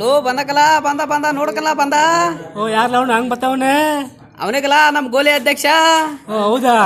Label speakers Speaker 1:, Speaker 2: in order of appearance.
Speaker 1: low ಬಂದಕಲ ಬಂದ ಬಂದ ನೋಡ್ಕಲ್ಲ ಬಂದ
Speaker 2: ಓ ಯಾರ್ಲ ಅವನು ಹಂಗ್ ಬರ್ತಾವನೆ
Speaker 1: ಅವನಿಗಲ್ಲ ನಮ್ ಗೋಲಿ ಅಧ್ಯಕ್ಷ
Speaker 2: ಓ ಹೌದಾ